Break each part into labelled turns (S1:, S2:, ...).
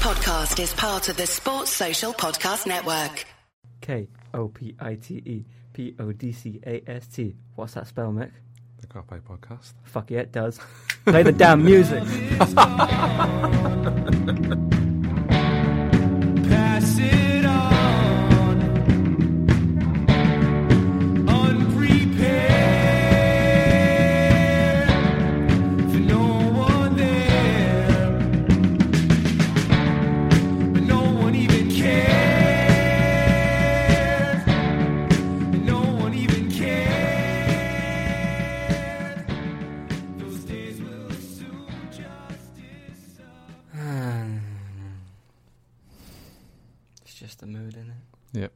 S1: podcast is part of the Sports Social Podcast Network.
S2: K O P I T E P O D C A S T. What's that spell, Mick?
S3: The Carpe podcast.
S2: Fuck yeah, it does. Play the damn music.
S4: Pass it on. Unprepared. For no one there. And no one even cares. And no one even cares. Those days will soon just disappear.
S2: it's just the mood, in it?
S3: Yep.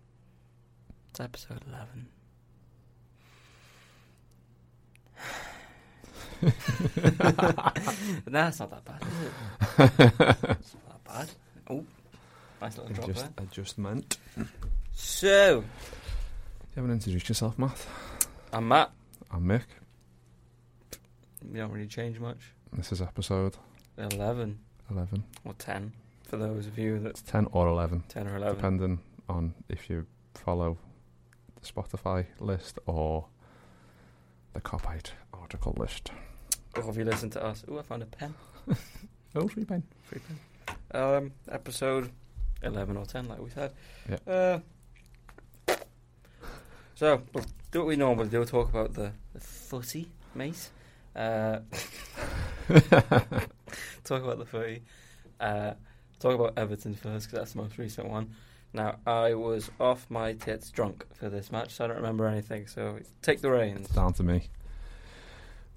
S2: It's episode 11. That's not that bad, is it? it's not that bad. Oh, nice little drop
S3: Adjust,
S2: there.
S3: adjustment.
S2: So,
S3: You haven't introduced yourself, Matt.
S2: I'm Matt.
S3: I'm Mick.
S2: We don't really change much.
S3: This is episode
S2: 11
S3: 11.
S2: or 10 for those of you that
S3: It's 10 or 11,
S2: 10 or 11.
S3: depending on if you follow the Spotify list or the copyright article list.
S2: Or if you listen to us. Oh, I found a pen.
S3: Oh, free pen.
S2: Free pen. Um, episode 11 or 10, like we said.
S3: Yeah.
S2: Uh, so, we'll do what we normally do talk about the, the footy, mate. Uh, talk about the footy. Uh, talk about Everton first, because that's the most recent one. Now, I was off my tits drunk for this match, so I don't remember anything, so take the reins.
S3: It's down to me.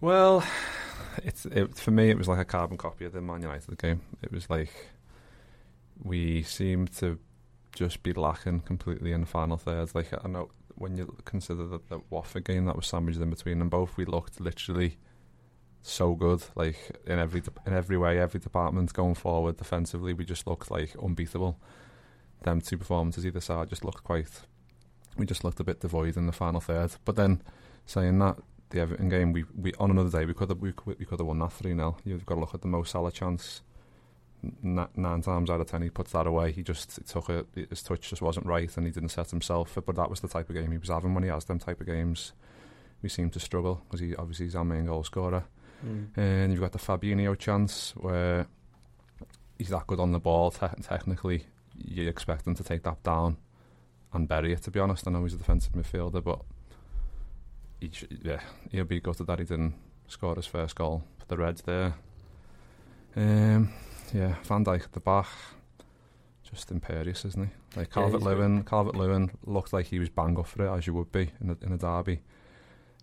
S3: Well, it's it, for me. It was like a carbon copy of the Man United game. It was like we seemed to just be lacking completely in the final thirds. Like I know when you consider that the Watford game that was sandwiched in between them both, we looked literally so good. Like in every de- in every way, every department going forward defensively, we just looked like unbeatable. Them two performances either side just looked quite. We just looked a bit devoid in the final third, but then saying that the Everton game, we, we on another day we could have we, could- we could have won that three 0 You've got to look at the Mo Salah chance. N- nine times out of ten, he puts that away. He just it took it. His touch just wasn't right, and he didn't set himself. But that was the type of game he was having when he has them type of games. We seem to struggle because he obviously he's our main goal scorer.
S2: Mm,
S3: And you've got the Fabinho chance where he's that good on the ball. Te- technically, you expect him to take that down and bury it. To be honest, I know he's a defensive midfielder, but he sh- yeah, he'll be gutted that he didn't score his first goal for the Reds there. Um, yeah, Van Dijk at the back, just imperious, isn't he? Like
S2: Yeah, he's
S3: Calvert Lewin, Calvert Lewin looked like he was bang up for it as you would be in a, in a derby,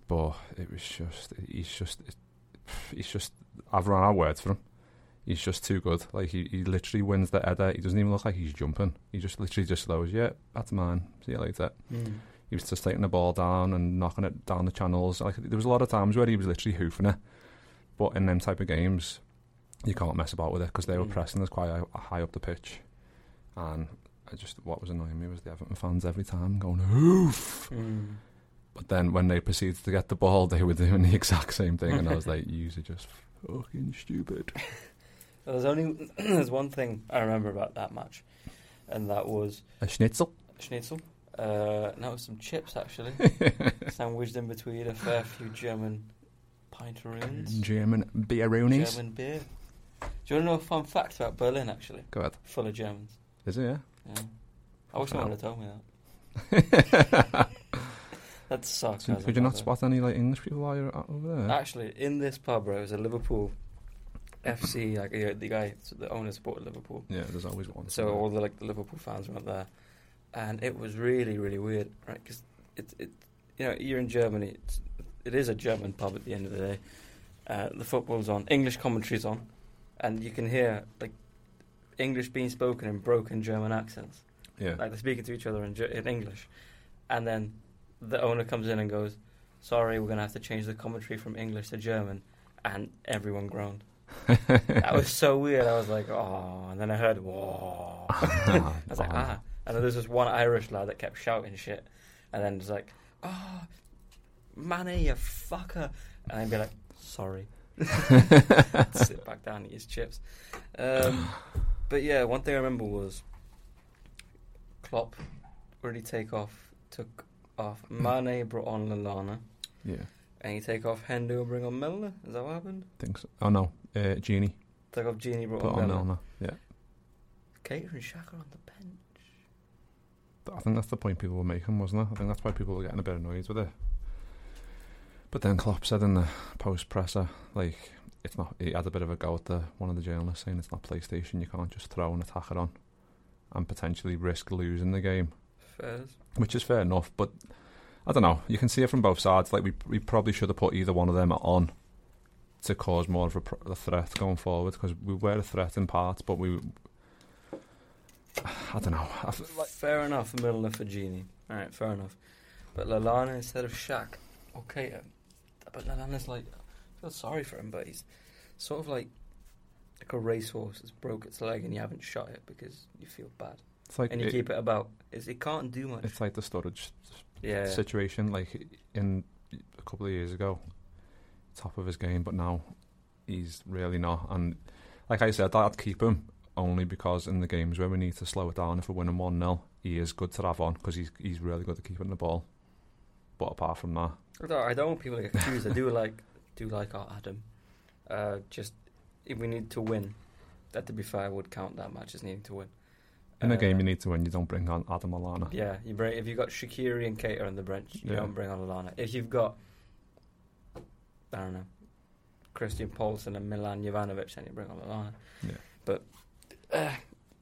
S3: but it was just he's just he's just I've run out of words for him. He's just too good. Like he, he literally wins the header. He doesn't even look like he's jumping. He just literally just throws. Yeah, that's mine. See you later
S2: Mm.
S3: he was just taking the ball down and knocking it down the channels. Like there was a lot of times where he was literally hoofing it, but in them type of games, you can't mess about with it because they were
S2: Mm.
S3: pressing us quite hi- high up the pitch, and I just what was annoying me was the Everton fans every time going hoof,
S2: Mm.
S3: but then when they proceeded to get the ball, they were doing the exact same thing, and I was like, "You are just fucking stupid."
S2: Well, There's only there's one thing I remember about that match, and that was
S3: A schnitzel.
S2: schnitzel. Uh, and that was some chips actually, sandwiched in between a fair few German pintaroons,
S3: German beeroonies.
S2: German beer. Do you want to know a fun fact about Berlin? Actually,
S3: Go ahead.
S2: full of Germans.
S3: Is it? Yeah.
S2: Yeah. I wish someone
S3: Wow.
S2: would have told me that. That's sarcasm.
S3: Could you
S2: by
S3: not
S2: the way.
S3: spot any like English people while you're out over there?
S2: Actually, in this pub, bro, it was a Liverpool FC. Like you know, the guy, the owner supported Liverpool.
S3: Yeah, there's always one.
S2: So all the like the Liverpool fans were up there, and it was really really weird, right? Because it, it you know you're in Germany, it's, it is a German pub at the end of the day. Uh, the football's on, English commentary's on, and you can hear like English being spoken in broken German accents,
S3: yeah,
S2: like they're speaking to each other in, Ge- in English, and then the owner comes in and goes, "Sorry, we're gonna have to change the commentary from English to German," and everyone groaned. that was so weird. I was like, "Oh," and then I heard, "Whoa."
S3: I
S2: I was like, ah. And then there's this one Irish lad that kept shouting shit. And then was like, oh, Manny, you fucker. And I'd be like, sorry. Sit back down, eat his chips. Um, But yeah, one thing I remember was Klopp really take off, took off Mane, brought on Lallana,
S3: Yeah,
S2: and he take off Hendo, bring on Milner. Is that what happened?
S3: think so. Oh no, uh, Genie
S2: Take off Genie, brought
S3: put
S2: on
S3: on
S2: Milner.
S3: Milner. Yeah,
S2: Cater and Shaka on the bench.
S3: Th- I think that's the point people were making, wasn't it? I think that's why people were getting a bit annoyed with it. But then Klopp said in the post presser, like it's not. He had a bit of a go at the one of the journalists saying it's not PlayStation. You can't just throw an attacker on and potentially risk losing the game.
S2: Fairs.
S3: which is fair enough. But I don't know. You can see it from both sides. Like we we probably should have put either one of them on to cause more of a, pro- a threat going forward because we were a threat in parts, but we. I don't know. I f-
S2: fair enough, Milner for Genie. All right, fair enough. But Lallana instead of Shaq, okay. uh, But Lallana's like, I feel sorry for him, but he's sort of like like a racehorse that's broke its leg and you haven't shot it because you feel bad.
S3: it's like
S2: and you
S3: it-
S2: keep it about. It's, it can't do much.
S3: it's like the storage s-
S2: Yeah.
S3: situation. Like in a couple of years ago, top of his game, but now he's really not. And like I said, I'd keep him only because in the games where we need to slow it down, if we're winning one 0 he is good to have on because he's he's really good at keeping the ball. But apart from that,
S2: I don't, I don't want people to get confused. I do like do like our Adam. Uh, just if we need to win, that to be fair, I would count that match as needing to win.
S3: in a
S2: Uh,
S3: game you need to win, you don't bring on Adam Alana.
S2: Yeah, you bring if you've got Shakiri and Kater on the bench, you
S3: Yeah.
S2: don't bring on Alana. If you've got I don't know Christian Paulson and Milan Jovanovic, then you bring on Alana.
S3: Yeah.
S2: But uh,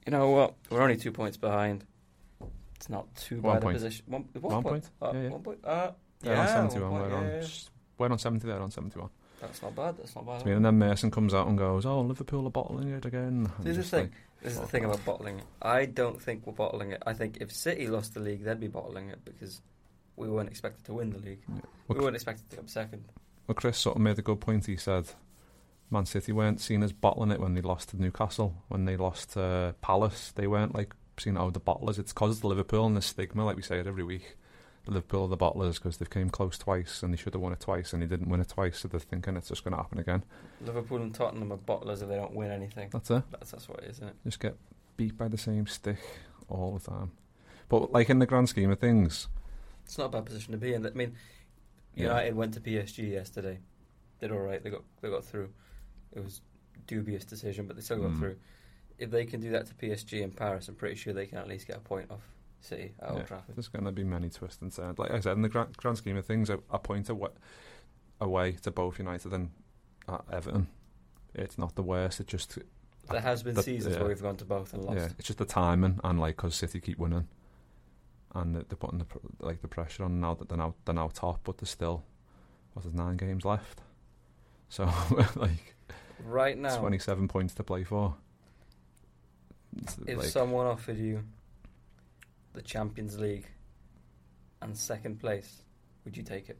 S2: you know what? We're only two points behind. It's not too
S3: One
S2: bad
S3: point.
S2: a position. One, one,
S3: One
S2: point.
S3: point.
S2: Uh,
S3: Yeah, yeah.
S2: One point. Uh,
S3: They're
S2: yeah,
S3: on seventy one.
S2: one point,
S3: We're on
S2: yeah, yeah.
S3: s- we're on seventy. They're on seventy one.
S2: That's not bad. That's not bad.
S3: I
S2: at
S3: mean,
S2: all.
S3: and then Mason comes out and goes, "Oh, Liverpool are bottling it again." And
S2: Oh. This is
S3: just
S2: the
S3: like,
S2: thing. This is the thing about bottling it. I don't think we're bottling it. I think if City lost the league, they'd be bottling it because we weren't expected to win the league.
S3: Yeah.
S2: We
S3: Okay.
S2: weren't expected to come second.
S3: Well, Chris sort of made a good point. He said, "Man City weren't seen as bottling it when they lost to Newcastle, when they lost to Palace. They weren't like seen oh the bottlers. It's caused the Liverpool and the stigma, like we say it every week. The Liverpool are the bottlers because they've came close twice and they should have won it twice and they didn't win it twice. So they're thinking it's just going to happen again.
S2: Liverpool and Tottenham are bottlers if they don't win anything.
S3: That's it.
S2: That's that's what it is, isn't it?
S3: Just get beat by the same stick all the time. But like in the grand scheme of things,
S2: It's not a bad position to be in. I mean,
S3: Yeah.
S2: United went to PSG yesterday. Did all right. They got they got through. It was dubious decision, but they still got
S3: Mm.
S2: through. If they can do that to PSG in Paris, I'm pretty sure they can at least get a point off City at
S3: Yeah.
S2: Old Trafford.
S3: There's going to be many twists and turns. Like I said, in the grand, grand scheme of things, a, a point awa- away to both United and uh, Everton, it's not the worst. It just
S2: There has been
S3: That-
S2: seasons
S3: yeah.
S2: where we've gone to both and lost.
S3: yeah, it's just the timing and like because City keep winning, and they're they're putting the pr- like the pressure on now that they're now they're now top, but there's still what there's nine games left, so like
S2: Right now,
S3: twenty seven points to play for. It's
S2: if
S3: like-
S2: someone offered you the Champions League and second place, would you take it?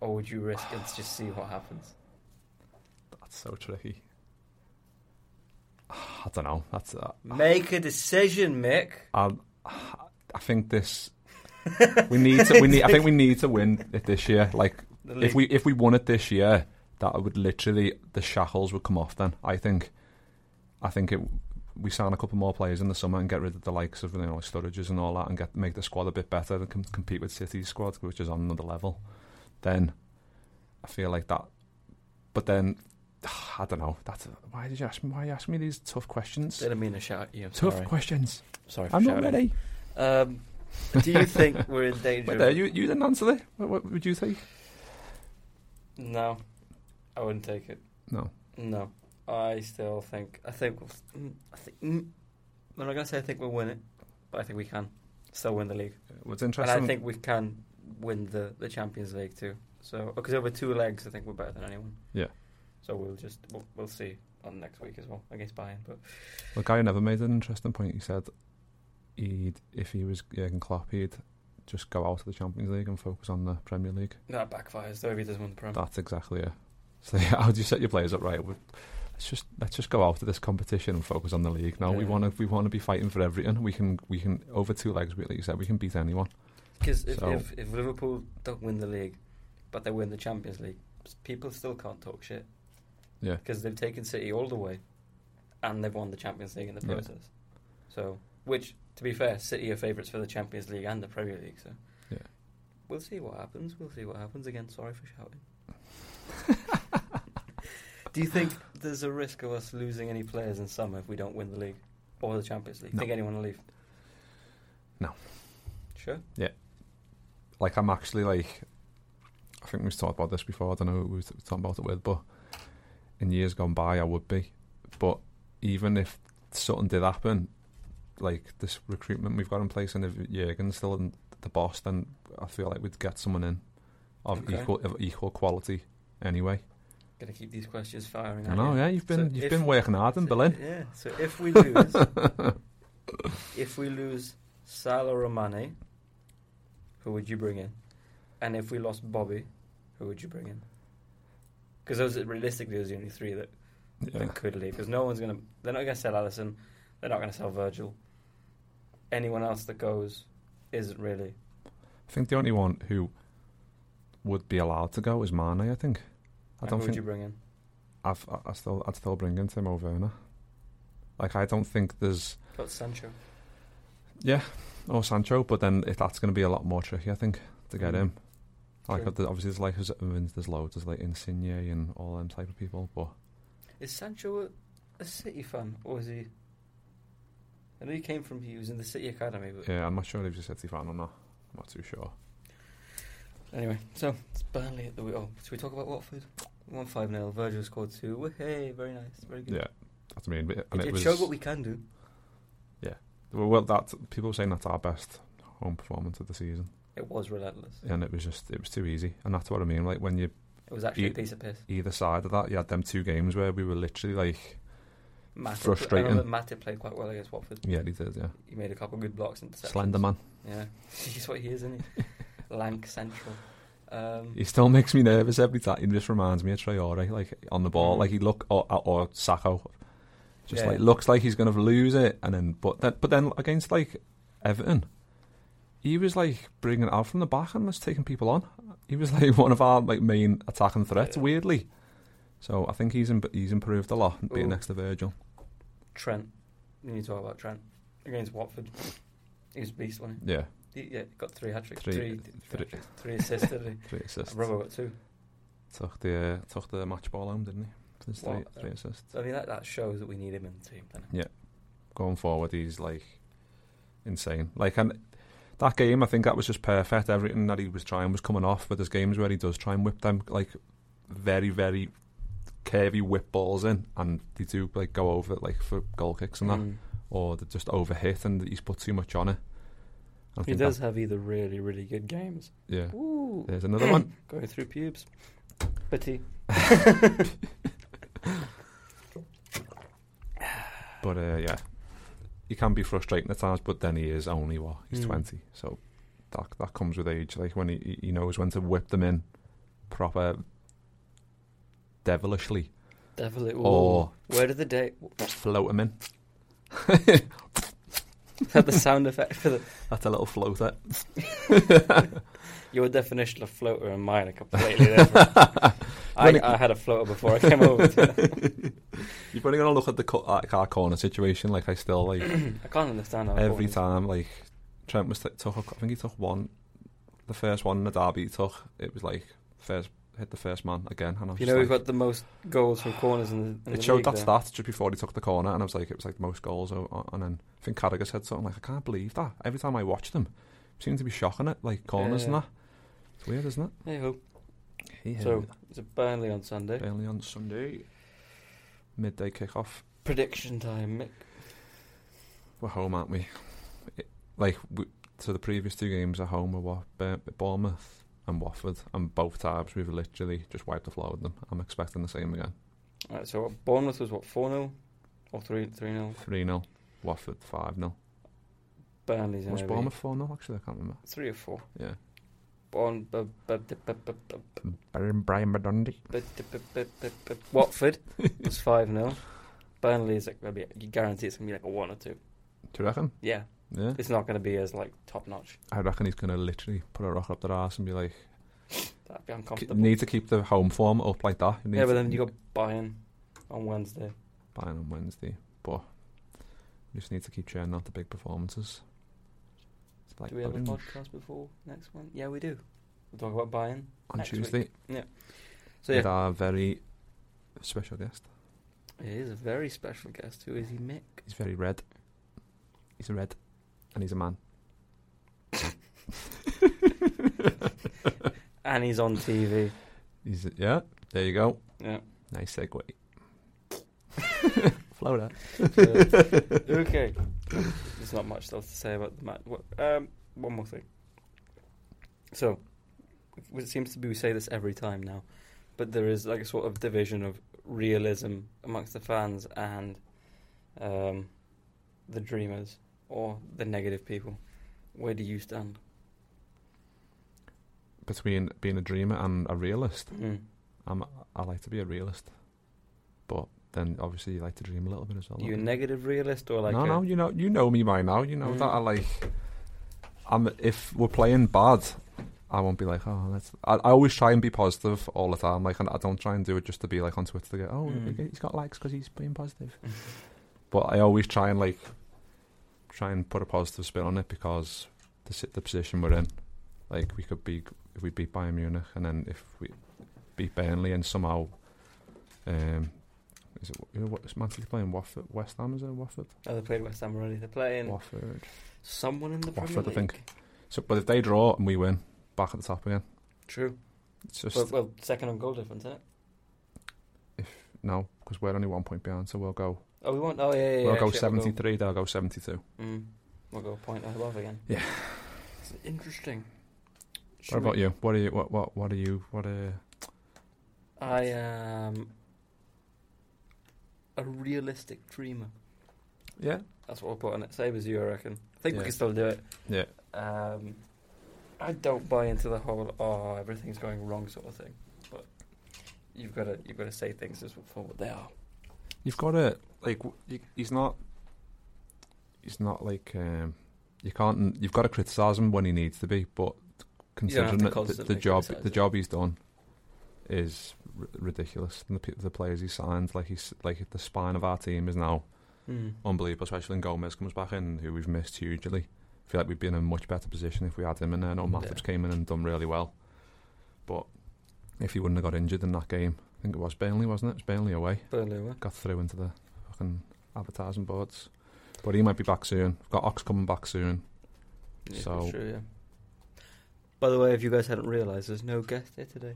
S2: Or would you risk and just see what happens?
S3: that's so tricky. I don't know. That's uh,
S2: Make a decision, Mick.
S3: I, I think this. we need to. We need. I think we need to win it this year. Like
S2: The
S3: if we if we won it this year, that would literally the shackles would come off. Then I think, I think it. We sign a couple more players in the summer and get rid of the likes of you know Sturridges and all that, and get make the squad a bit better and com- compete with City's squad, which is on another level. Then, I feel like that. But then, I don't know. That's why did you ask me? Why you ask me these tough questions?
S2: didn't mean to shout at you. I'm
S3: Tough
S2: sorry.
S3: questions.
S2: sorry for
S3: I'm not
S2: shouting.
S3: ready.
S2: Um, do you think we're in danger?
S3: Wait
S2: of-
S3: there, you, you didn't answer that. What, what would you take?
S2: No, I wouldn't take it.
S3: No.
S2: No, I still think I think we'll- mm, I think mm, I'm not gonna say I think we'll win it, but I think we can still win the league.
S3: What's
S2: And
S3: interesting?
S2: I think we can win the, the Champions League too. So because over two legs, I think we're better than anyone.
S3: Yeah.
S2: So we'll just we'll, we'll see on next week as well against Bayern. But
S3: the guy never made an interesting point. He said he'd if he was Jurgen Klopp, he'd just go out of the Champions League and focus on the Premier League.
S2: that backfires though if he doesn't win the Prem.
S3: That's exactly it. So yeah, how do you set your players up right? We- Let's just let's just go out of this competition and focus on the league. Now we
S2: Yeah.
S3: want to we want to be fighting for everything. We can we can over two legs. we- Like you said, we can beat anyone.
S2: Because if,
S3: So-
S2: if if Liverpool don't win the league, but they win the Champions League, s- people still can't talk shit
S3: Yeah.
S2: because they've taken City all the way and they've won the Champions League in the
S3: Yeah.
S2: process. So, which to be fair, City are favourites for the Champions League and the Premier League. So,
S3: Yeah.
S2: we'll see what happens. We'll see what happens. Again, sorry for shouting. Do you think there's a risk of us losing any players in summer if we don't win the league or the Champions League?
S3: No.
S2: Think anyone will leave?
S3: No.
S2: Sure.
S3: like I'm actually like I think we've talked about this before. I don't know who we were talking about it with, but in years gone by, I would be. But even if something did happen, like this recruitment we've got in place, and if Jurgen's still in the boss, then I feel like we'd get someone in of
S2: Okay.
S3: equal of equal quality anyway.
S2: Gonna keep these questions firing.
S3: I
S2: at
S3: know,
S2: you.
S3: yeah. You've been
S2: So
S3: you've
S2: if-
S3: been working hard in
S2: So,
S3: Berlin.
S2: Yeah. So if we lose, if we lose Salah or Mane, who would you bring in? And if we lost Bobby, who would you bring in? Because those are- realistically those are the only three that,
S3: Yeah.
S2: that could leave. Because no one's gonna. They're not gonna sell Allison. They're not gonna sell Virgil. Anyone else that goes isn't really.
S3: I think the only one who would be allowed to go is Mane. I think. I
S2: And
S3: don't
S2: who would
S3: think
S2: you bring in?
S3: I've, I- I still, I'd still bring in Timo Werner. Like I don't think there's
S2: Got Sancho.
S3: or Sancho, but then if that's going to be a lot more tricky, I think to get
S2: Mm.
S3: him. Like
S2: True.
S3: uh, there- obviously, there's like there's, there's loads, there's like Insigne and all them type of people, but
S2: Is Sancho a, a City fan or is he? I know he came from he was in the City Academy, but
S3: yeah, I'm not sure if he's a City fan or not. I'm not too sure.
S2: Anyway, so it's Burnley at the wheel. Oh, should we talk about Watford? One five 0 Virgil scored two. Hey, very nice, very good.
S3: Yeah, that's what I mean. But- And
S2: it,
S3: it,
S2: it
S3: was
S2: showed what we can do.
S3: well, well, that people were saying that's our best home performance of the season,
S2: It was relentless.
S3: and it was just it was too easy, and that's what I mean. Like when you
S2: It was actually a
S3: Ye-
S2: piece of piss.
S3: either side of that, you had them two games where we were literally like,
S2: Matip, I
S3: Frustrating.
S2: remember Matip played quite well against Watford.
S3: yeah, he did, yeah,
S2: He made a couple good blocks and interceptions.
S3: slender man.
S2: Yeah, he's what he is, isn't he? Lank central. Um,
S3: He still makes me nervous every time. He just reminds me of Traore, like on the ball, like he look or, or Sacco, just
S2: Mm. Yeah.
S3: like looks like he's going to lose it, and then but then but then against like Everton, he was like bringing it out from the back and was taking people on. He was like one of our like main attacking threats,
S2: Yeah.
S3: weirdly. So I think he's imp- he's improved a lot being
S2: Ooh.
S3: next to Virgil.
S2: Trent. We need to talk about Trent against Watford. He was a beast, wasn't
S3: Yeah,
S2: he? he yeah, got three hat tricks,
S3: Three- uh,
S2: three,
S3: three-
S2: three, three, three assists, didn't
S3: three
S2: he?
S3: assists.
S2: Robbo got two.
S3: Took the uh, took the match ball home, didn't he? For his three,
S2: What?
S3: three assists.
S2: So I mean, that, that shows that we need him in the team. doesn't it?
S3: going forward, he's like insane. Like and that game, I think that was just perfect. Everything that he was trying was coming off. But there's games where he does try and whip them like very, very curvy whip balls in, and they do like go over like for goal kicks and that,
S2: Mm.
S3: or they're just over hit and he's put too much on it. And I
S2: He
S3: think
S2: does
S3: that-
S2: have either really, really good games.
S3: yeah.
S2: Ooh.
S3: There's another one.
S2: Going through pubes. Pity.
S3: But uh, yeah, he can be frustrating at times. But then he is only what he's
S2: Mm.
S3: twenty, so that that comes with age. Like when he he knows when to whip them in proper devilishly
S2: Devil it. Ooh.
S3: or
S2: Where did the day.
S3: float them in.
S2: Had the sound effect for the.
S3: That's a little floater.
S2: Your definition of floater and mine are completely different. I, I had a floater before I came over. To
S3: You're probably gonna look at the co- at our corner situation. Like I still like
S2: I can't understand how.
S3: every
S2: it was.
S3: time like Trent was t- took a c- I think he took one the first one in the derby he took it was like first hit the first man again and I was
S2: You
S3: just
S2: know, we've
S3: like-
S2: got the most goals from corners in the. In
S3: it
S2: the
S3: showed
S2: league
S3: that
S2: there.
S3: stat just before he took the corner and I was like it was like the most goals o- o- and then I think Carragher said something like I can't believe that every time I watch them seem to be shocking at like corners and
S2: Yeah.
S3: that it's weird isn't
S2: Hey ho.
S3: it
S2: So, it's a Burnley on Sunday.
S3: Burnley on Sunday midday kick off
S2: Prediction time, Mick.
S3: we're home, aren't we? It, like, we, so the previous two games at home were what, Bur- Bournemouth and Watford, and both times we've literally just wiped the floor with them. I'm expecting the same again.
S2: Alright, so what, Bournemouth was what, 4 0? Or 3 3 0?
S3: 3 0, Watford 5 0.
S2: Burnley's
S3: Was
S2: gonna be
S3: Bournemouth 4 0 actually? I can't remember.
S2: Three or four.
S3: Yeah.
S2: Born, bu- bu- bu- bu- bu- bu-
S3: Brian, Brian Madondi.
S2: bu- bu- bu- bu- bu- Watford was 5 0. Burnley is like, gonna be- you guarantee it's going to be like a 1 or 2.
S3: Do you reckon?
S2: Yeah.
S3: Yeah.
S2: It's not going to be as like top notch.
S3: I reckon he's going to literally put a rock up their ass and be like,
S2: That'd be
S3: "K-
S2: uncomfortable.
S3: need to keep the home form up like that. You need
S2: yeah, but
S3: to-
S2: then you got Bayern on Wednesday.
S3: Bayern on Wednesday, but we just need to keep churning out the big performances. It's like
S2: do we have a
S3: Bayern
S2: podcast before next one? Yeah, we do. We'll talk about Bayern.
S3: on
S2: next
S3: Tuesday
S2: So
S3: with
S2: yeah,
S3: our very special guest.
S2: it is a very special guest. Who is he, Mick?
S3: He's very red. He's a red, and he's a man.
S2: And he's on TV.
S3: He's a, yeah. There you go.
S2: Yeah.
S3: Nice segue. Floater.
S2: okay. There's not much else to say about the match. Wha- Um, one more thing. So, w- it seems to be we say this every time now, but there is like a sort of division of realism amongst the fans and um, the dreamers or the negative people. Where do you stand?
S3: Between being a dreamer and a realist,
S2: Mm.
S3: I'm, I like to be a realist, but then obviously you like to dream a little bit as well.
S2: you a
S3: don't you?
S2: negative realist or like
S3: Mm-hmm. no,
S2: a,
S3: no, you know, you know me by now. You know
S2: Mm.
S3: that I like. I'm if we're playing bad, I won't be like, oh, let's. I, I always try and be positive all the time. Like, and I don't try and do it just to be like on Twitter to get, oh,
S2: Mm.
S3: he's got likes because he's being positive. but I always try and like try and put a positive spin on it because the si- the position we're in, like we could be if we beat Bayern Munich and then if we beat Burnley and somehow, um, is it who- what is Man City playing Watford? West Ham is it Watford?
S2: Oh, they played West Ham already. They're playing
S3: Watford.
S2: someone in the Premier
S3: Watford, I
S2: League.
S3: think. So, but if they draw and we win, back at the top again.
S2: True.
S3: It's just
S2: Well, well, second on goal difference, isn't it?
S3: no, because we're only one point behind. So we'll go.
S2: Oh, we won't. Oh, yeah, yeah. yeah,
S3: we'll go
S2: shit, we'll go-
S3: seventy-three. They'll go seventy-two.
S2: Mm. We'll go a point above again.
S3: Yeah.
S2: It's interesting.
S3: What about you? What are you? What? What? What are you? What? Uh,
S2: I am a realistic dreamer.
S3: yeah.
S2: That's what I'll put on it. Same as you, I reckon. I think
S3: Yeah.
S2: we can still do it.
S3: Yeah.
S2: Um, I don't buy into the whole "oh, everything's going wrong" sort of thing. But you've got to you've got to say things as for what they are.
S3: You've got to like. w- You, he's not. He's not like. Um, you can't. You've got to criticise him when he needs to be, but considering
S2: to
S3: that the, the
S2: constantly
S3: job
S2: criticise
S3: the
S2: him.
S3: job he's done is r- ridiculous, and the pe- the players he signed, like he's like the spine of our team is now
S2: Mm.
S3: unbelievable, especially when Gomez comes back in, who we've missed hugely. I feel like we'd be in a much better position if we had him in there. I know Matip's came in and done really well. But if he wouldn't have got injured in that game, I think it was Burnley, wasn't it? It was Burnley away.
S2: Burnley away.
S3: Got through into the fucking advertising boards. But he might be back soon. We've got Ox coming back soon.
S2: Yeah,
S3: So-
S2: that's true, yeah. By the way, if you guys hadn't realised, there's no guest here today.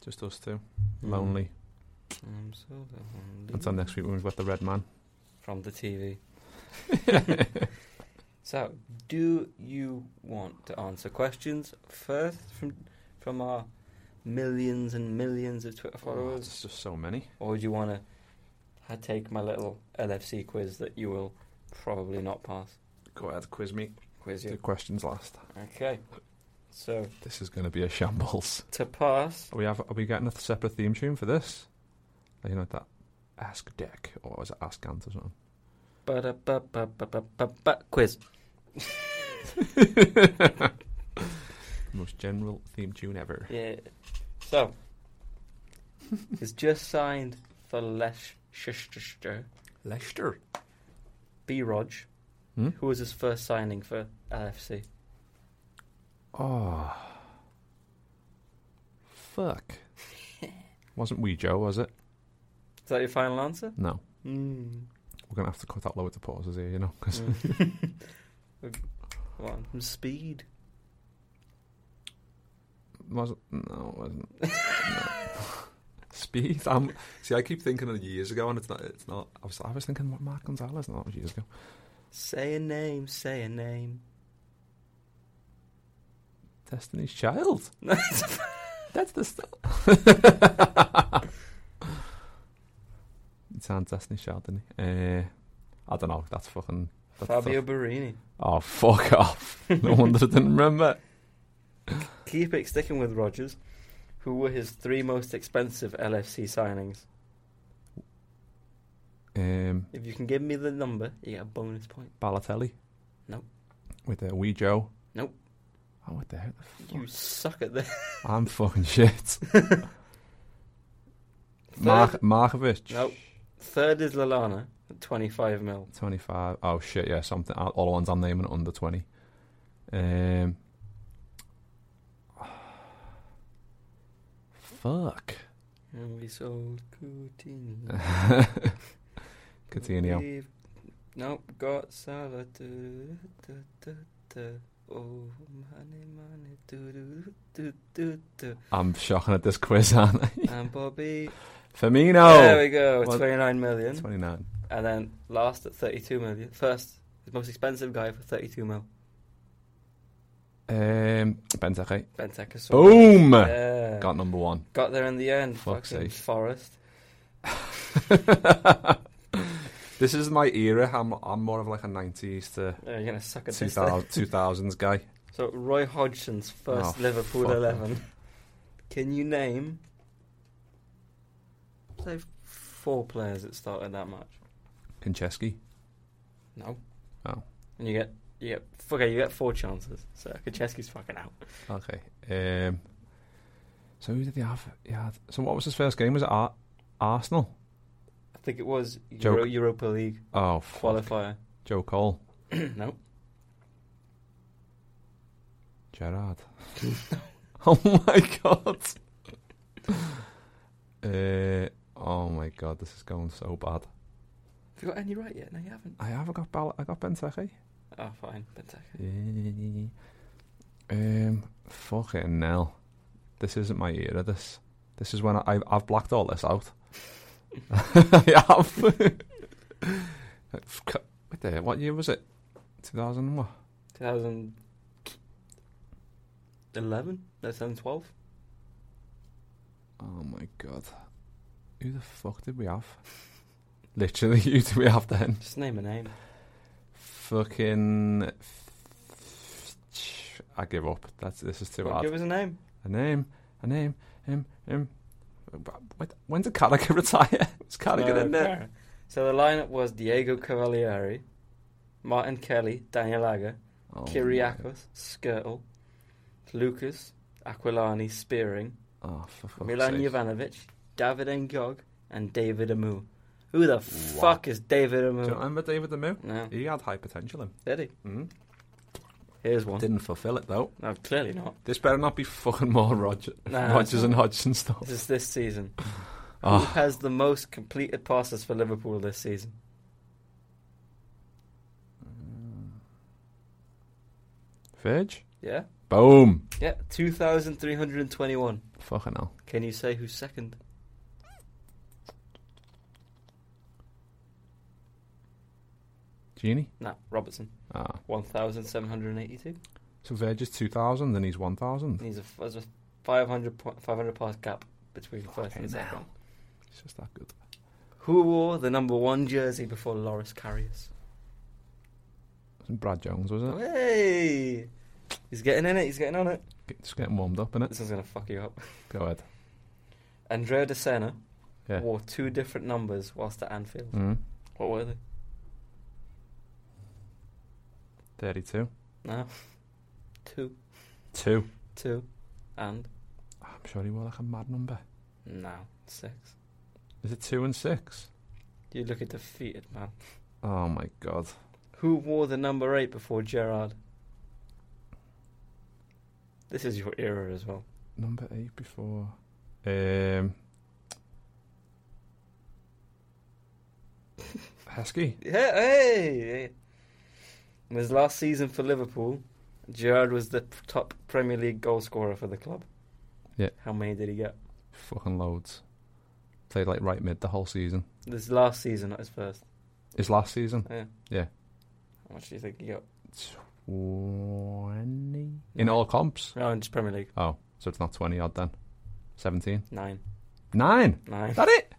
S3: Just us two. Lonely.
S2: I'm so lonely.
S3: Until next week when we've got the red man.
S2: From the TV. so, do you want to answer questions first from from our millions and millions of Twitter
S3: Oh,
S2: followers,
S3: there's just so many.
S2: or do you want to take my little LFC quiz that you will probably not pass?
S3: Go ahead, quiz me.
S2: Quiz
S3: Do
S2: you.
S3: questions last.
S2: Okay. So
S3: This is going to be a shambles.
S2: to pass,
S3: Are we have, are we getting a separate theme tune for this? Like, You know that Ask Deck or was it Ask Ant or something?
S2: ba ba ba ba ba ba quiz.
S3: Most general theme tune ever.
S2: Yeah. So, he's just signed for Leicester.
S3: Leicester.
S2: B. Rog,
S3: Hmm?
S2: who was his first signing for LFC.
S3: Oh, fuck! Wasn't we Joe? Was it?
S2: Is that your final answer?
S3: No, Hmm.
S2: Mm.
S3: we're gonna have to cut out loads of pauses here, you know. 'cause-
S2: Come on, from Speed.
S3: wasn't no, it wasn't. No. Speed. I'm, see, I keep thinking of years ago, and it's not. It's not. I was. I was thinking what Mark Gonzalez, not years ago.
S2: Say a name, say a name.
S3: Destiny's Child. That's the stuff. it sounds Destiny's Child, doesn't it? Uh, I don't know. That's fucking. That's
S2: Fabio
S3: tough.
S2: Barini.
S3: Oh, fuck off. No wonder I didn't remember.
S2: Keep it sticking with Rogers, who were his three most expensive LFC signings.
S3: Um,
S2: If you can give me the number, you get a bonus point.
S3: Balotelli.
S2: Nope.
S3: With uh, Wee Joe.
S2: Nope.
S3: Oh, what the heck?
S2: You suck at this.
S3: I'm fucking shit.
S2: Third-
S3: Mark Markovic.
S2: Nope. Third is Lalana, 25 mil.
S3: 25. Oh, shit, yeah, something. All all the ones I'm naming are under 20. Um, fuck.
S2: And we sold Coutinho.
S3: Coutinho.
S2: We've- Nope, got Salah. Do, do, do, do. Oh, money, money. Do, do, do, do, do.
S3: I'm shocking at this quiz, aren't I?
S2: And Bobby. There we
S3: Firmino!
S2: go,
S3: Oh. Well-
S2: 29 million.
S3: 29.
S2: And then last at 32 million. First, the most expensive guy for 32 mil.
S3: Um, Benteke.
S2: Benteke. sorry.
S3: Boom!
S2: Yeah.
S3: Got number one.
S2: Got there in the end.
S3: Fuck's
S2: Fucking
S3: sake.
S2: Forest.
S3: this is my era. I'm, I'm more of like a 90s to
S2: You're going to suck at this. thing.
S3: 2000, 2000s guy.
S2: So, Roy Hodgson's first
S3: Oh,
S2: Liverpool
S3: fuck.
S2: 11. Can you name, say, four players that started that match?
S3: Pincheski.
S2: No.
S3: Oh.
S2: And you get, you get, okay, you get four chances. So, Kaczewski's fucking out.
S3: Okay. Um, so who did they have? Yeah. So what was his first game? Was it Ar- Arsenal?
S2: I think it was
S3: Joke.
S2: Euro- Europa League
S3: Oh, fuck.
S2: qualifier.
S3: Joe Cole,
S2: no.
S3: Gerard. oh my god. uh, oh my god, this is going so bad.
S2: Have you got any right yet? No, you haven't.
S3: I haven't got Ball- I got Benteke.
S2: Oh, fine. Benteke.
S3: Eh, um, fucking hell. This isn't my era. This, this is when I, I I've blacked all this out. I have. Wait there, what year was it? Two thousand what?
S2: 2011? No, 2012?
S3: Oh my god, who the fuck did we have? Literally, who do we have then?
S2: Just name a name.
S3: Fucking. I give up. That's this is too
S2: Well,
S3: hard.
S2: give us a name.
S3: A name, a name, um, um. When, when did Carragher retire? Is Carragher
S2: No,
S3: in there?
S2: Kara. So the lineup was Diego Cavalieri, Martin Kelly, Daniel Agger,
S3: Oh, my-
S2: Kyriakos, Skirtle, Lucas, Aquilani, Spearing,
S3: Oh, for fuck's
S2: Milan
S3: sake.
S2: Jovanovic, David Ngog, and David Amu. Who the
S3: Wow.
S2: fuck is David
S3: Do you
S2: Amu?
S3: remember David Amu?
S2: No,
S3: He had high potential. Him.
S2: did he?
S3: Mm.
S2: Here's one.
S3: Didn't fulfill it though.
S2: No, clearly not.
S3: This better not be fucking more Roger,
S2: Nah,
S3: Rogers
S2: it's
S3: and
S2: not.
S3: Hodgson stuff.
S2: This is this season. Who
S3: Oh,
S2: has the most completed passes for Liverpool this season?
S3: Verge.
S2: Yeah?
S3: Boom.
S2: Yeah, 2,321.
S3: Fucking hell.
S2: Can you say who's second?
S3: Genie.
S2: No, Robertson.
S3: Ah.
S2: 1,782.
S3: So Verge is two thousand, and he's one thousand.
S2: He's a, there's a 500, point, 500 pass gap between first
S3: Fucking
S2: and second.
S3: hell. It's just that good.
S2: Who wore the number one jersey before Loris Karius?
S3: Wasn't Brad Jones, was
S2: Oh,
S3: it?
S2: Hey! He's getting in it, he's getting on it.
S3: Get- Just getting warmed up in it.
S2: This is going to fuck you up.
S3: Go ahead.
S2: Andrea De Senna
S3: Yeah.
S2: wore two different numbers whilst at Anfield.
S3: Mm.
S2: What were they?
S3: Thirty-two.
S2: No. Two,
S3: Two.
S2: two, and
S3: I'm sure he wore like a mad number.
S2: now six.
S3: Is it two and six?
S2: You look at defeated, man.
S3: Oh my god.
S2: Who wore the number eight before Gerard? This is your era as well.
S3: Number eight before. Um. Heskey.
S2: Yeah, hey, hey. In his last season for Liverpool, Gerard was the p- top Premier League goal scorer for the club.
S3: Yeah.
S2: How many did he get?
S3: Fucking loads. Played like right mid the whole season.
S2: This last season, not his first.
S3: His last season.
S2: Yeah.
S3: Yeah.
S2: How much do you think he got?
S3: Twenty. In all comps.
S2: No, in just Premier League.
S3: Oh, so it's not twenty odd then. Seventeen.
S2: Nine.
S3: Nine.
S2: Nine.
S3: Is that it?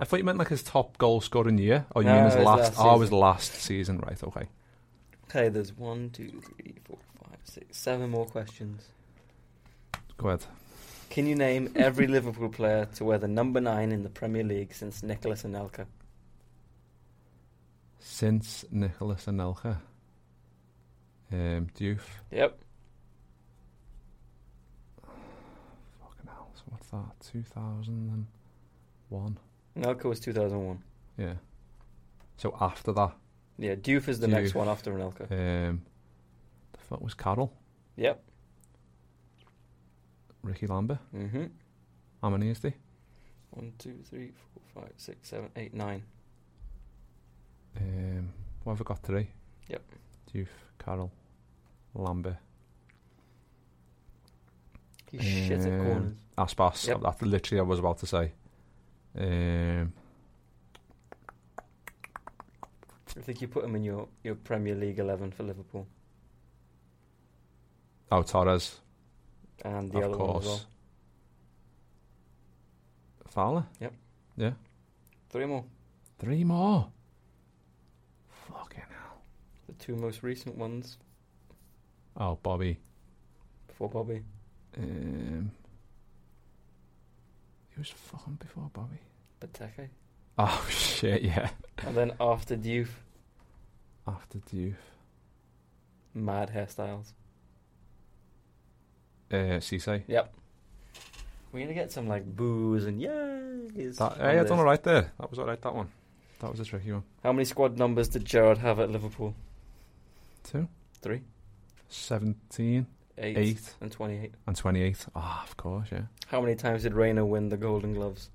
S3: I thought you meant like his top goal scoring year. Oh, you
S2: No,
S3: mean his
S2: his
S3: last?
S2: last
S3: oh,
S2: season.
S3: his last season. Right. Okay.
S2: Okay, there's one, two, three, four, five, six, seven more questions.
S3: Go ahead.
S2: Can you name every Liverpool player to wear the number nine in the Premier League since Nicholas Anelka?
S3: Since Nicholas Anelka, um, Diouf.
S2: Yep.
S3: Fucking hell. So what's that? Two thousand and one.
S2: Nalco was 2001.
S3: Yeah. So after that,
S2: Yeah, Doof is the next
S3: Diouf.
S2: one after Anelka.
S3: um, the fuck was Carol?
S2: Yep.
S3: Ricky Lambert?
S2: Mm-hmm.
S3: How many is they?
S2: One, two, three, four, five, six, seven, eight, nine.
S3: Um, what have I got three?
S2: Yep.
S3: Doof, Carol, Lambert,
S2: He's shit at
S3: Um,
S2: corners.
S3: Aspas.
S2: Yep.
S3: That's literally what I was about to say. Um,
S2: I think you put him in your, your Premier League 11 for Liverpool.
S3: oh, Torres,
S2: And the
S3: of
S2: other one
S3: course.
S2: as well.
S3: Fowler?
S2: Three more.
S3: Three more. Fucking hell.
S2: The two most recent ones
S3: Oh, Bobby.
S2: before Bobby.
S3: Um, he was fucking before Bobby.
S2: Pateke.
S3: Oh shit! Yeah.
S2: And then after Diouf,
S3: After Doof,
S2: mad hairstyles.
S3: uh, Cisse.
S2: Yep. We're going to get some like boos and yays.
S3: That,
S2: from
S3: hey, I
S2: this.
S3: done all right there. That was all right. That one. That was a tricky one.
S2: How many squad numbers did Gerard have at Liverpool?
S3: Two.
S2: Three,
S3: Seventeen
S2: eight,
S3: Eight.
S2: and 28.
S3: and twenty-eight. Ah, of course, yeah.
S2: How many times did Reyna win the Golden Gloves?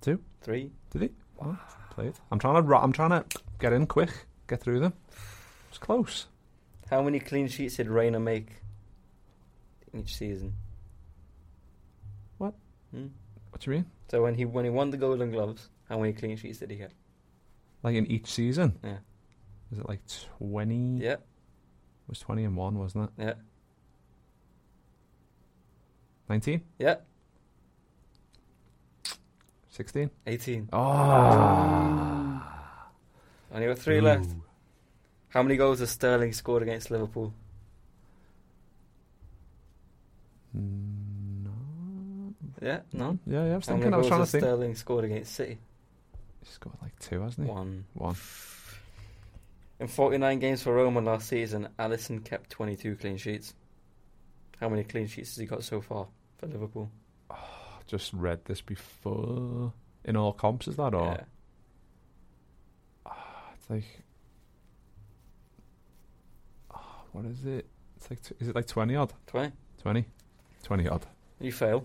S3: Two.
S2: Three.
S3: Did he? Wow. Played. I'm trying to. Ra- I'm trying to get in quick. Get through them. It's close.
S2: How many clean sheets did Reyna make in each season?
S3: What?
S2: Hmm?
S3: What do you mean?
S2: So when he when he won the Golden Gloves, how many clean sheets did he get?
S3: Like in each season?
S2: Yeah.
S3: Is it like twenty?
S2: Yeah,
S3: It was twenty and one, wasn't it?
S2: yeah,
S3: Nineteen.
S2: yeah.
S3: Sixteen.
S2: Eighteen.
S3: Oh.
S2: Only got three left. How many goals has Sterling scored against Liverpool?
S3: Mm, No.
S2: Yeah, no.
S3: Yeah, yeah. I was
S2: How
S3: thinking.
S2: many
S3: I was
S2: goals
S3: trying to
S2: has
S3: think.
S2: Sterling scored against City?
S3: He scored like two, hasn't he?
S2: One.
S3: One.
S2: In 49 games for Roma last season, Allison kept 22 clean sheets. How many clean sheets has he got so far for Liverpool?
S3: I just read this before. In all comps, is that or
S2: Yeah.
S3: it's like? Ah, what is it? It's like. T- is it like twenty odd?
S2: 20?
S3: 20? 20 odd.
S2: You fail.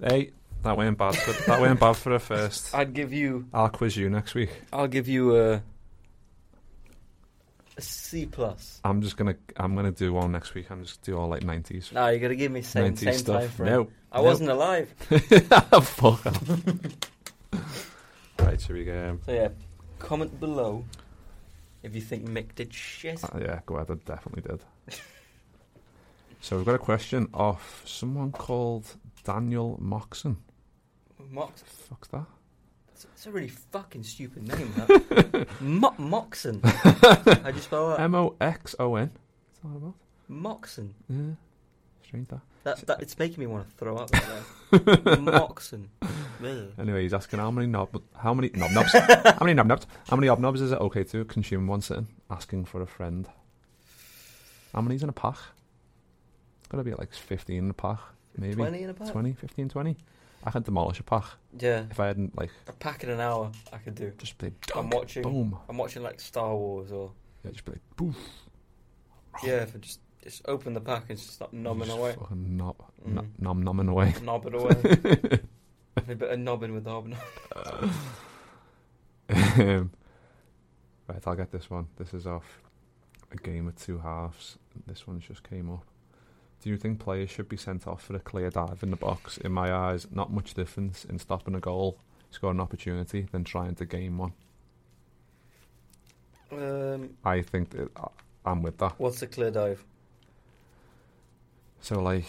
S3: Hey, that went bad. For, that went bad for a first.
S2: I'd give you
S3: I'll quiz you next week.
S2: I'll give you a, a C plus.
S3: I'm just gonna. I'm gonna do one next week. I'm just do all like nineties.
S2: No, you gotta give me same
S3: Nineties
S2: same
S3: stuff.
S2: time frame.
S3: no,
S2: I wasn't alive.
S3: fuck. off. right, here we go.
S2: So yeah, comment below if you think Mick did shit.
S3: Uh, yeah, go ahead. I definitely did. so we've got a question off someone called Daniel Moxon.
S2: Mox,
S3: Fuck's that?
S2: that's, that's a really fucking stupid name. That Mo- Moxon. How do you spell that?
S3: M O X O N. What's that about?
S2: Moxon.
S3: Yeah. Strange that.
S2: That, that it's making me want to throw up. right now. Moxon. Ugh.
S3: Anyway, he's asking how many knob, how many knob knobs, how many knob knobs, how many knob knobs is it okay to consume in one sitting? Asking for a friend. How many's in a pack? It's gotta be like fifteen in a pack, maybe
S2: Twenty in a pack.
S3: 20, 15, 20. I can demolish a pack
S2: Yeah,
S3: if I hadn't like
S2: a pack in an hour I could do.
S3: just be
S2: I'm
S3: dunk,
S2: watching.
S3: boom.
S2: I'm watching like Star Wars or
S3: Yeah, just be like poof.
S2: yeah. If I just just open the pack and just start numbing
S3: just
S2: away.
S3: Fucking knob,
S2: Mm.
S3: nom, nomming away.
S2: knob it away. a bit of knobbing with the hobnob.
S3: Um, right, I'll get this one. This is off a game of two halves. This one just came up. Do you think players should be sent off for a clear dive in the box? In my eyes, not much difference in stopping a goal, scoring an opportunity, than trying to game one.
S2: Um,
S3: I think that I- I'm with that.
S2: what's a clear dive?
S3: So like,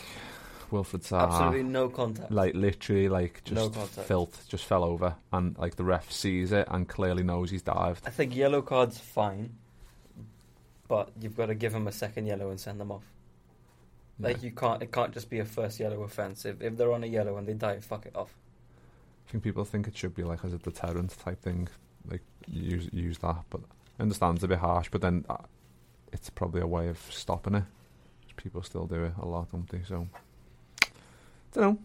S3: Wilfred Saar,
S2: Absolutely no contact.
S3: like literally like
S2: No
S3: just
S2: contact.
S3: filth, just fell over, and like the ref sees it and clearly knows he's dived.
S2: I think yellow card's fine, but you've got to give him a second yellow and send them off. Like
S3: Yeah.
S2: you can't. It can't just be a first yellow offence. If, if they're on a yellow and they dive, fuck it off.
S3: I think people think it should be like as a deterrent type thing, like use use that. But I understand it's a bit harsh, but then uh, it's probably a way of stopping it. 'Cause People still do it a lot, don't
S2: Mm.
S3: they? So, don't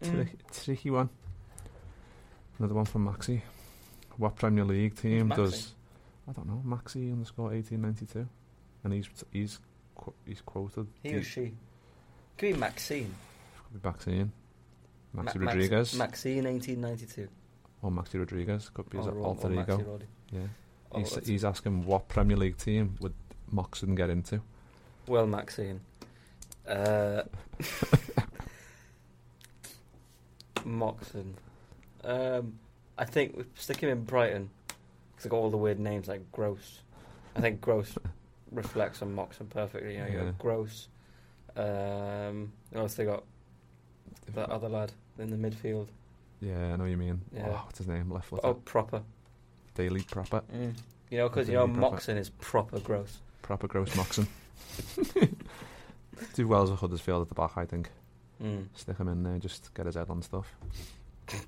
S3: know. Tricky, tricky one. Another one from Maxi. What Premier League team
S2: Who's
S3: does? I don't know. Maxi underscore eighteen ninety two, and he's he's qu- he's quoted.
S2: He or she? Could be Maxine.
S3: could be Maxine,
S2: Ma-
S3: Maxi
S2: Max-
S3: Rodriguez,
S2: Maxine, 1992.
S3: or Maxi Rodriguez could be his
S2: Or Ro-
S3: alter
S2: or
S3: ego.
S2: Oh, Maxi Roddy.
S3: Yeah,
S2: Oh,
S3: he's,
S2: that's-
S3: he's asking what Premier League team would Moxon get into?
S2: Well, Maxine. Uh, Moxon. Um, I think we stick him in Brighton because I got all the weird names like Gross. I think Gross reflects on Moxon perfectly. You know, you
S3: Yeah.
S2: got Gross. Um, who else they got? That other lad in the midfield.
S3: Yeah, I know what you mean.
S2: Yeah.
S3: Oh, what's his name? Left foot.
S2: Oh, proper.
S3: Daily proper,
S2: You know, because you know
S3: Really proper.
S2: Moxon is proper gross.
S3: proper gross Moxon. Do well as a Huddersfield at the back, I think.
S2: Mm.
S3: Stick him in there, just get his head on stuff.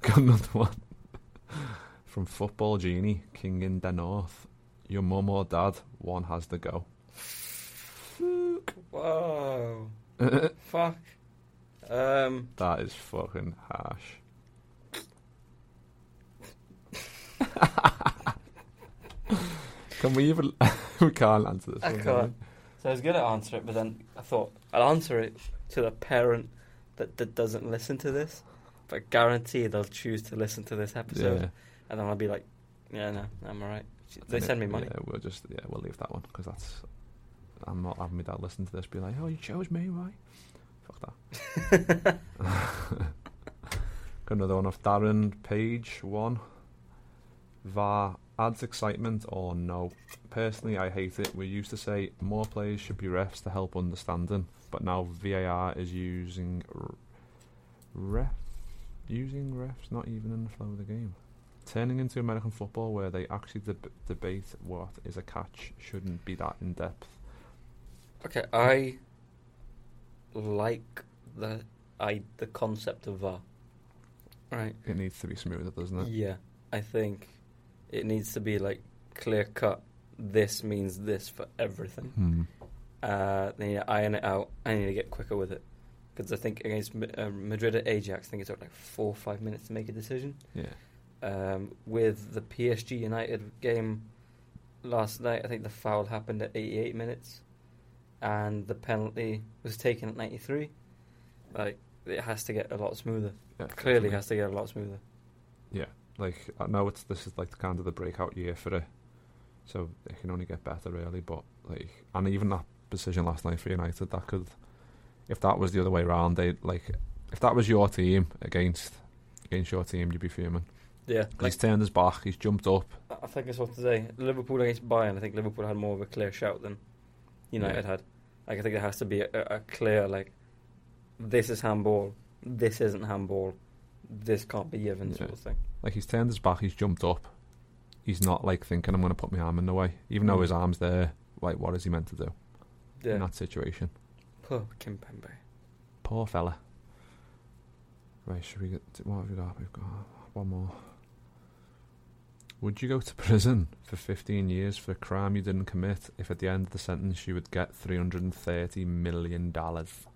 S3: Got another one from Football Genie, King in the North. Your mum or dad, one has to go.
S2: Whoa.
S3: that
S2: Fuck. Um.
S3: is fucking harsh. Can we even? we can't answer this.
S2: I
S3: one, can
S2: can't. So I was going to answer it, but then I thought I'll answer it to the parent that, that doesn't listen to this, but I guarantee they'll choose to listen to this
S3: we?
S2: episode,
S3: Yeah.
S2: and then I'll be like, yeah, no, I'm all right.
S3: I
S2: They
S3: think
S2: send
S3: it-
S2: me money.
S3: Yeah, we'll just yeah, we'll leave that one because that's. I'm not having my dad listen to this. Be like, oh, you chose me, why? Fuck that. Got another one off Darren Page one. VAR adds excitement or no? Personally, I hate it. We used to say more players should be refs to help understanding, but now VAR is using r- ref, using refs not even in the flow of the game, turning into American football where they actually deb debate what is a catch. Shouldn't be that in depth.
S2: Okay, I like the I the concept of VAR. Right.
S3: It needs to be smoother, doesn't it?
S2: Yeah, I think it needs to be like clear cut. This means this for everything.
S3: Hmm.
S2: Uh, they need to iron it out. I need to get quicker with it because I think against Ma- uh, Madrid at Ajax, I think it took like four or five minutes to make a decision.
S3: Yeah.
S2: Um, with the PSG United game last night, I think the foul happened at 88 minutes, and the penalty was taken at 93. Like it has to get a lot smoother.
S3: yeah
S2: Clearly,
S3: definitely.
S2: has to get a lot smoother.
S3: like I know it's this is like the kind of the breakout year for it, so it can only get better really. But like, and even that decision last night for United, that could, if that was the other way round, they like, if that was your team against against your team, you'd be fuming.
S2: Yeah,
S3: 'Cause
S2: like
S3: he's turned his back, he's jumped up.
S2: I I think I saw today Liverpool against Bayern. I think Liverpool had more of a clear shout than United
S3: Yeah.
S2: had. Like I think there has to be a, a, a clear like, this is handball, this isn't handball, this can't be given
S3: Yeah.
S2: sort of thing.
S3: Like he's turned his back, he's jumped up. He's not like thinking I'm going to put my arm in the way, even though
S2: Mm.
S3: his arm's there. Like, what is he meant to do in
S2: Yeah,
S3: that situation?
S2: poor Kim Pembe.
S3: Poor fella. Right, should we get? What have we got? We've got one more. Would you go to prison for 15 years for a crime you didn't commit if at the end of the sentence you would get 330 million dollars?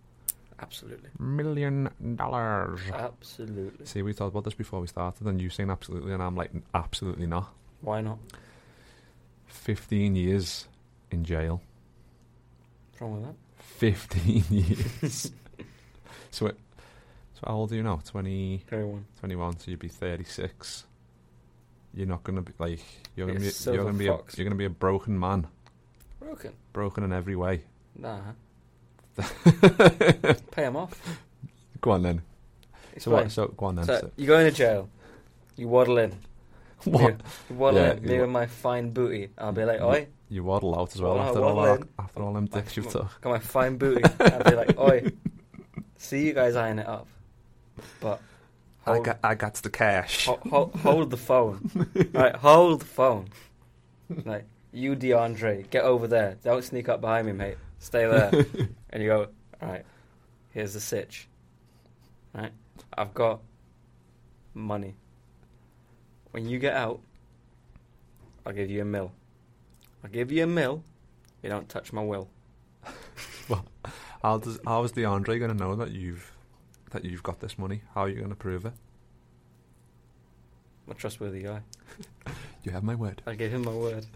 S2: Absolutely,
S3: Million dollars.
S2: Uh, absolutely.
S3: See, we talked about this before we started, and you saying absolutely, and I'm like, "N- absolutely not.
S2: Why not?
S3: 15 years in jail.
S2: What's wrong with that?
S3: 15 years. so, it, so how old are you now? 20.
S2: Carry on.
S3: 21, so you'd be 36. You're not gonna be like you're
S2: Be a
S3: gonna be
S2: silver
S3: you're gonna be a,
S2: fox.
S3: you're gonna be a broken man,
S2: Broken.
S3: broken in every way.
S2: Nah. Pay him off.
S3: Go on then. So
S2: Explain.
S3: what? So go on then.
S2: So you go into jail. You waddle in.
S3: so- what?
S2: You, you waddle
S3: Yeah,
S2: in.
S3: you
S2: Me
S3: wa-
S2: with my fine booty. I'll be like, oi.
S3: You waddle out as well
S2: Well, I
S3: after all
S2: waddle
S3: that,
S2: in.
S3: after all them
S2: Back
S3: dicks you've
S2: to
S3: took.
S2: got my fine booty. I'd be like, oi, see you guys eyeing it up. But hold,
S3: I got the cash.
S2: ho- ho- hold the phone. right, hold the phone. Like, you, DeAndre, get over there. Don't sneak up behind me, mate. Stay there. and you go, right, here's the sitch. Right, I've got money. When you get out, I'll give you a mill. I'll give you a mill. You don't touch my will.
S3: How does how is DeAndre gonna know that you've that you've got this money? How are you gonna prove it?
S2: I'm a trustworthy guy.
S3: You have my word.
S2: I gave him my word.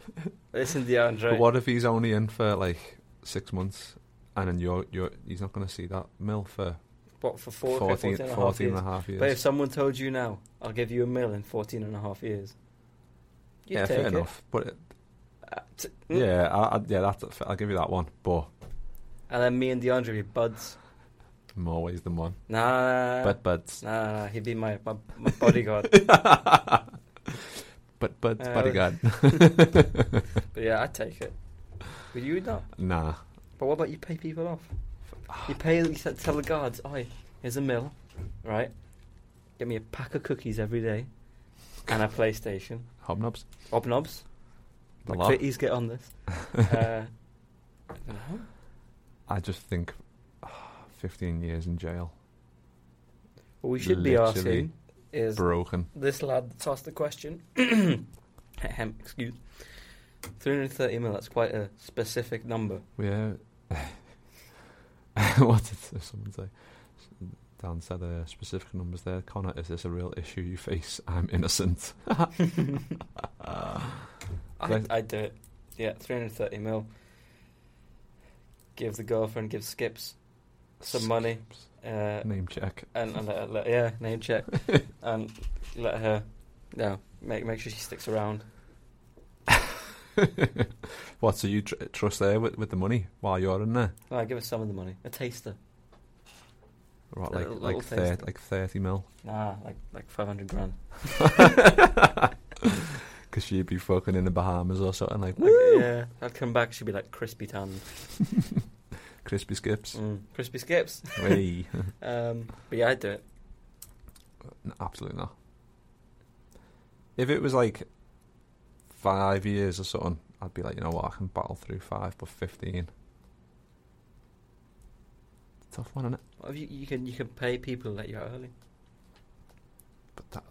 S2: Listen, DeAndre.
S3: But what if he's only in for like six months, and then you're you're he's not going to see that mill for
S2: What, for four,
S3: 14,
S2: 14 and a half
S3: 14
S2: years?
S3: and a half years?
S2: But if someone told you now, I'll give you a mill in 14 and a half years, you'd
S3: yeah,
S2: take
S3: fair
S2: it.
S3: enough. But it,
S2: Uh, t- mm.
S3: yeah, I, I, yeah, that's a- I'll give you that one. But
S2: And then me and DeAndre would be buds.
S3: more ways than one.
S2: Nah, nah, nah, nah.
S3: but but
S2: Uh, nah, nah, nah, he'd be my, my, my bodyguard.
S3: but but
S2: Uh,
S3: bodyguard.
S2: but yeah, I'd take it. But you would not.
S3: nah,
S2: But what about you pay people off? You pay, you t- tell the guards, oi, here's a mill, right? Get me a pack of cookies every day and a PlayStation.
S3: hobnobs.
S2: Obnobs.
S3: The
S2: Like,
S3: lot.
S2: fitties get on this. uh, I don't know.
S3: I just think fifteen years in jail,
S2: What we should be
S3: Literally.
S2: asking is
S3: broken.
S2: this lad that's asked the question. Ahem, Excuse. 330 mil, that's quite a specific number.
S3: Yeah. uh, what did someone say? Dan said uh, specific numbers there. Connor, is this a real issue you face? I'm innocent.
S2: I'd, I'd do it. Yeah, 330 mil. Give the girlfriend, give Skips some money. Uh,
S3: Name check.
S2: and, and let, her- let- yeah, name check, and let her, no, make make sure she sticks around.
S3: what? So you tr- trust there with, with the money while you're in there?
S2: No, give her some of the money, a taster.
S3: Right,
S2: A
S3: like
S2: little-
S3: like
S2: little taste.
S3: thir- like thirty mil.
S2: Nah, like like five hundred grand.
S3: Because she'd be fucking in the Bahamas or something like woo,
S2: Yeah, I'd come back. She'd be like crispy tan,
S3: crispy skips.
S2: mm, crispy skips.
S3: Wee.
S2: Um, but yeah, I'd do it.
S3: No, absolutely not. If it was like five years or something, I'd be like, you know what, I can battle through five, but fifteen. Tough one, isn't it?
S2: What if you, you can you can pay people to let you out early?
S3: But that,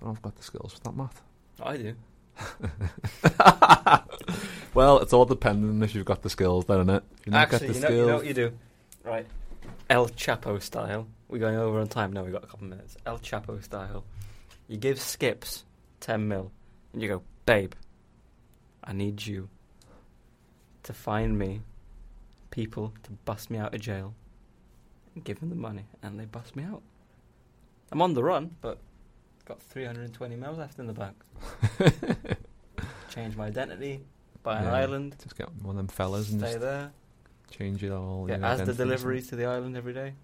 S3: don't know if I've got the skills for that, Matt.
S2: I do.
S3: Well, it's all dependent on if you've got the skills, then, innit? If you've not got
S2: Actually, you know, you know what you do, right? El Chapo style. We're going over on time. No, we have got a couple minutes. El Chapo style. You give Skips ten mil, and you go, babe. I need you to find me people to bust me out of jail. And give them the money, and they bust me out. I'm on the run, but got 320 mil left in the bank. Change my identity, buy an
S3: Yeah.
S2: island,
S3: just get one of them fellas and
S2: stay
S3: just
S2: there.
S3: change it all.
S2: Yeah,
S3: you know,
S2: as the
S3: identities and-
S2: deliveries to the island every day.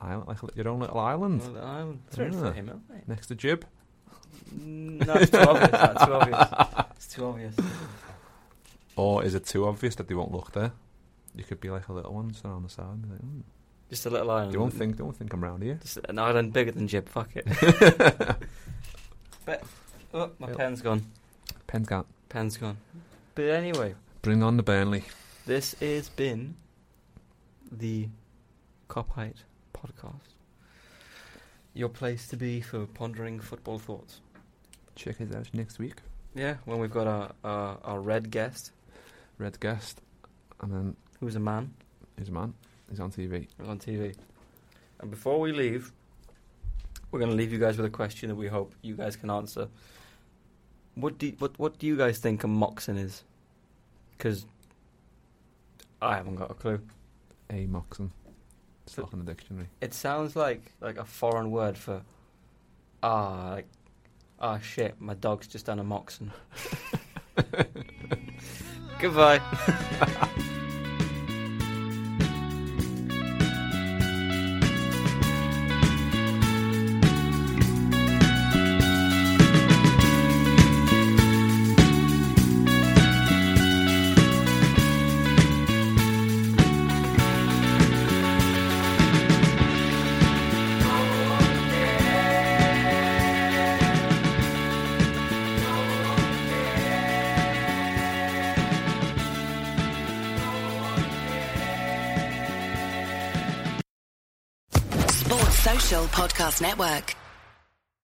S3: Island, like your own little island
S2: Well, the island. It's
S3: Ah.
S2: written for him, aren't they?
S3: next to Jib.
S2: Mm, No, it's too obvious. That's too obvious. It's too obvious.
S3: Or is it too obvious that they won't look there? You could be like a little one sitting on the side and be like, mm,
S2: Just a little island.
S3: don't think, don't think I'm round here.
S2: Just an island bigger than Jib. Fuck it. but oh, my
S3: Yep.
S2: pen's gone.
S3: Penn's gone.
S2: Pen's gone. But anyway,
S3: Bring on the Burnley.
S2: this has been the Copite podcast. Your place to be for pondering football thoughts.
S3: Check us out next week.
S2: Yeah, when we've got our our, our red guest,
S3: Red guest, and then
S2: who's a man,
S3: his man. He's on TV.
S2: who's on TV. And before we leave, we're going to leave you guys with a question that we hope you guys can answer. What do what what do you guys think a moxon is? Because I haven't got a clue.
S3: A Moxon. It's
S2: But-
S3: not in the dictionary.
S2: It sounds like like a foreign word for ah like ah shit. My dog's just done a moxon. Goodbye.
S1: Sports Social Podcast Network.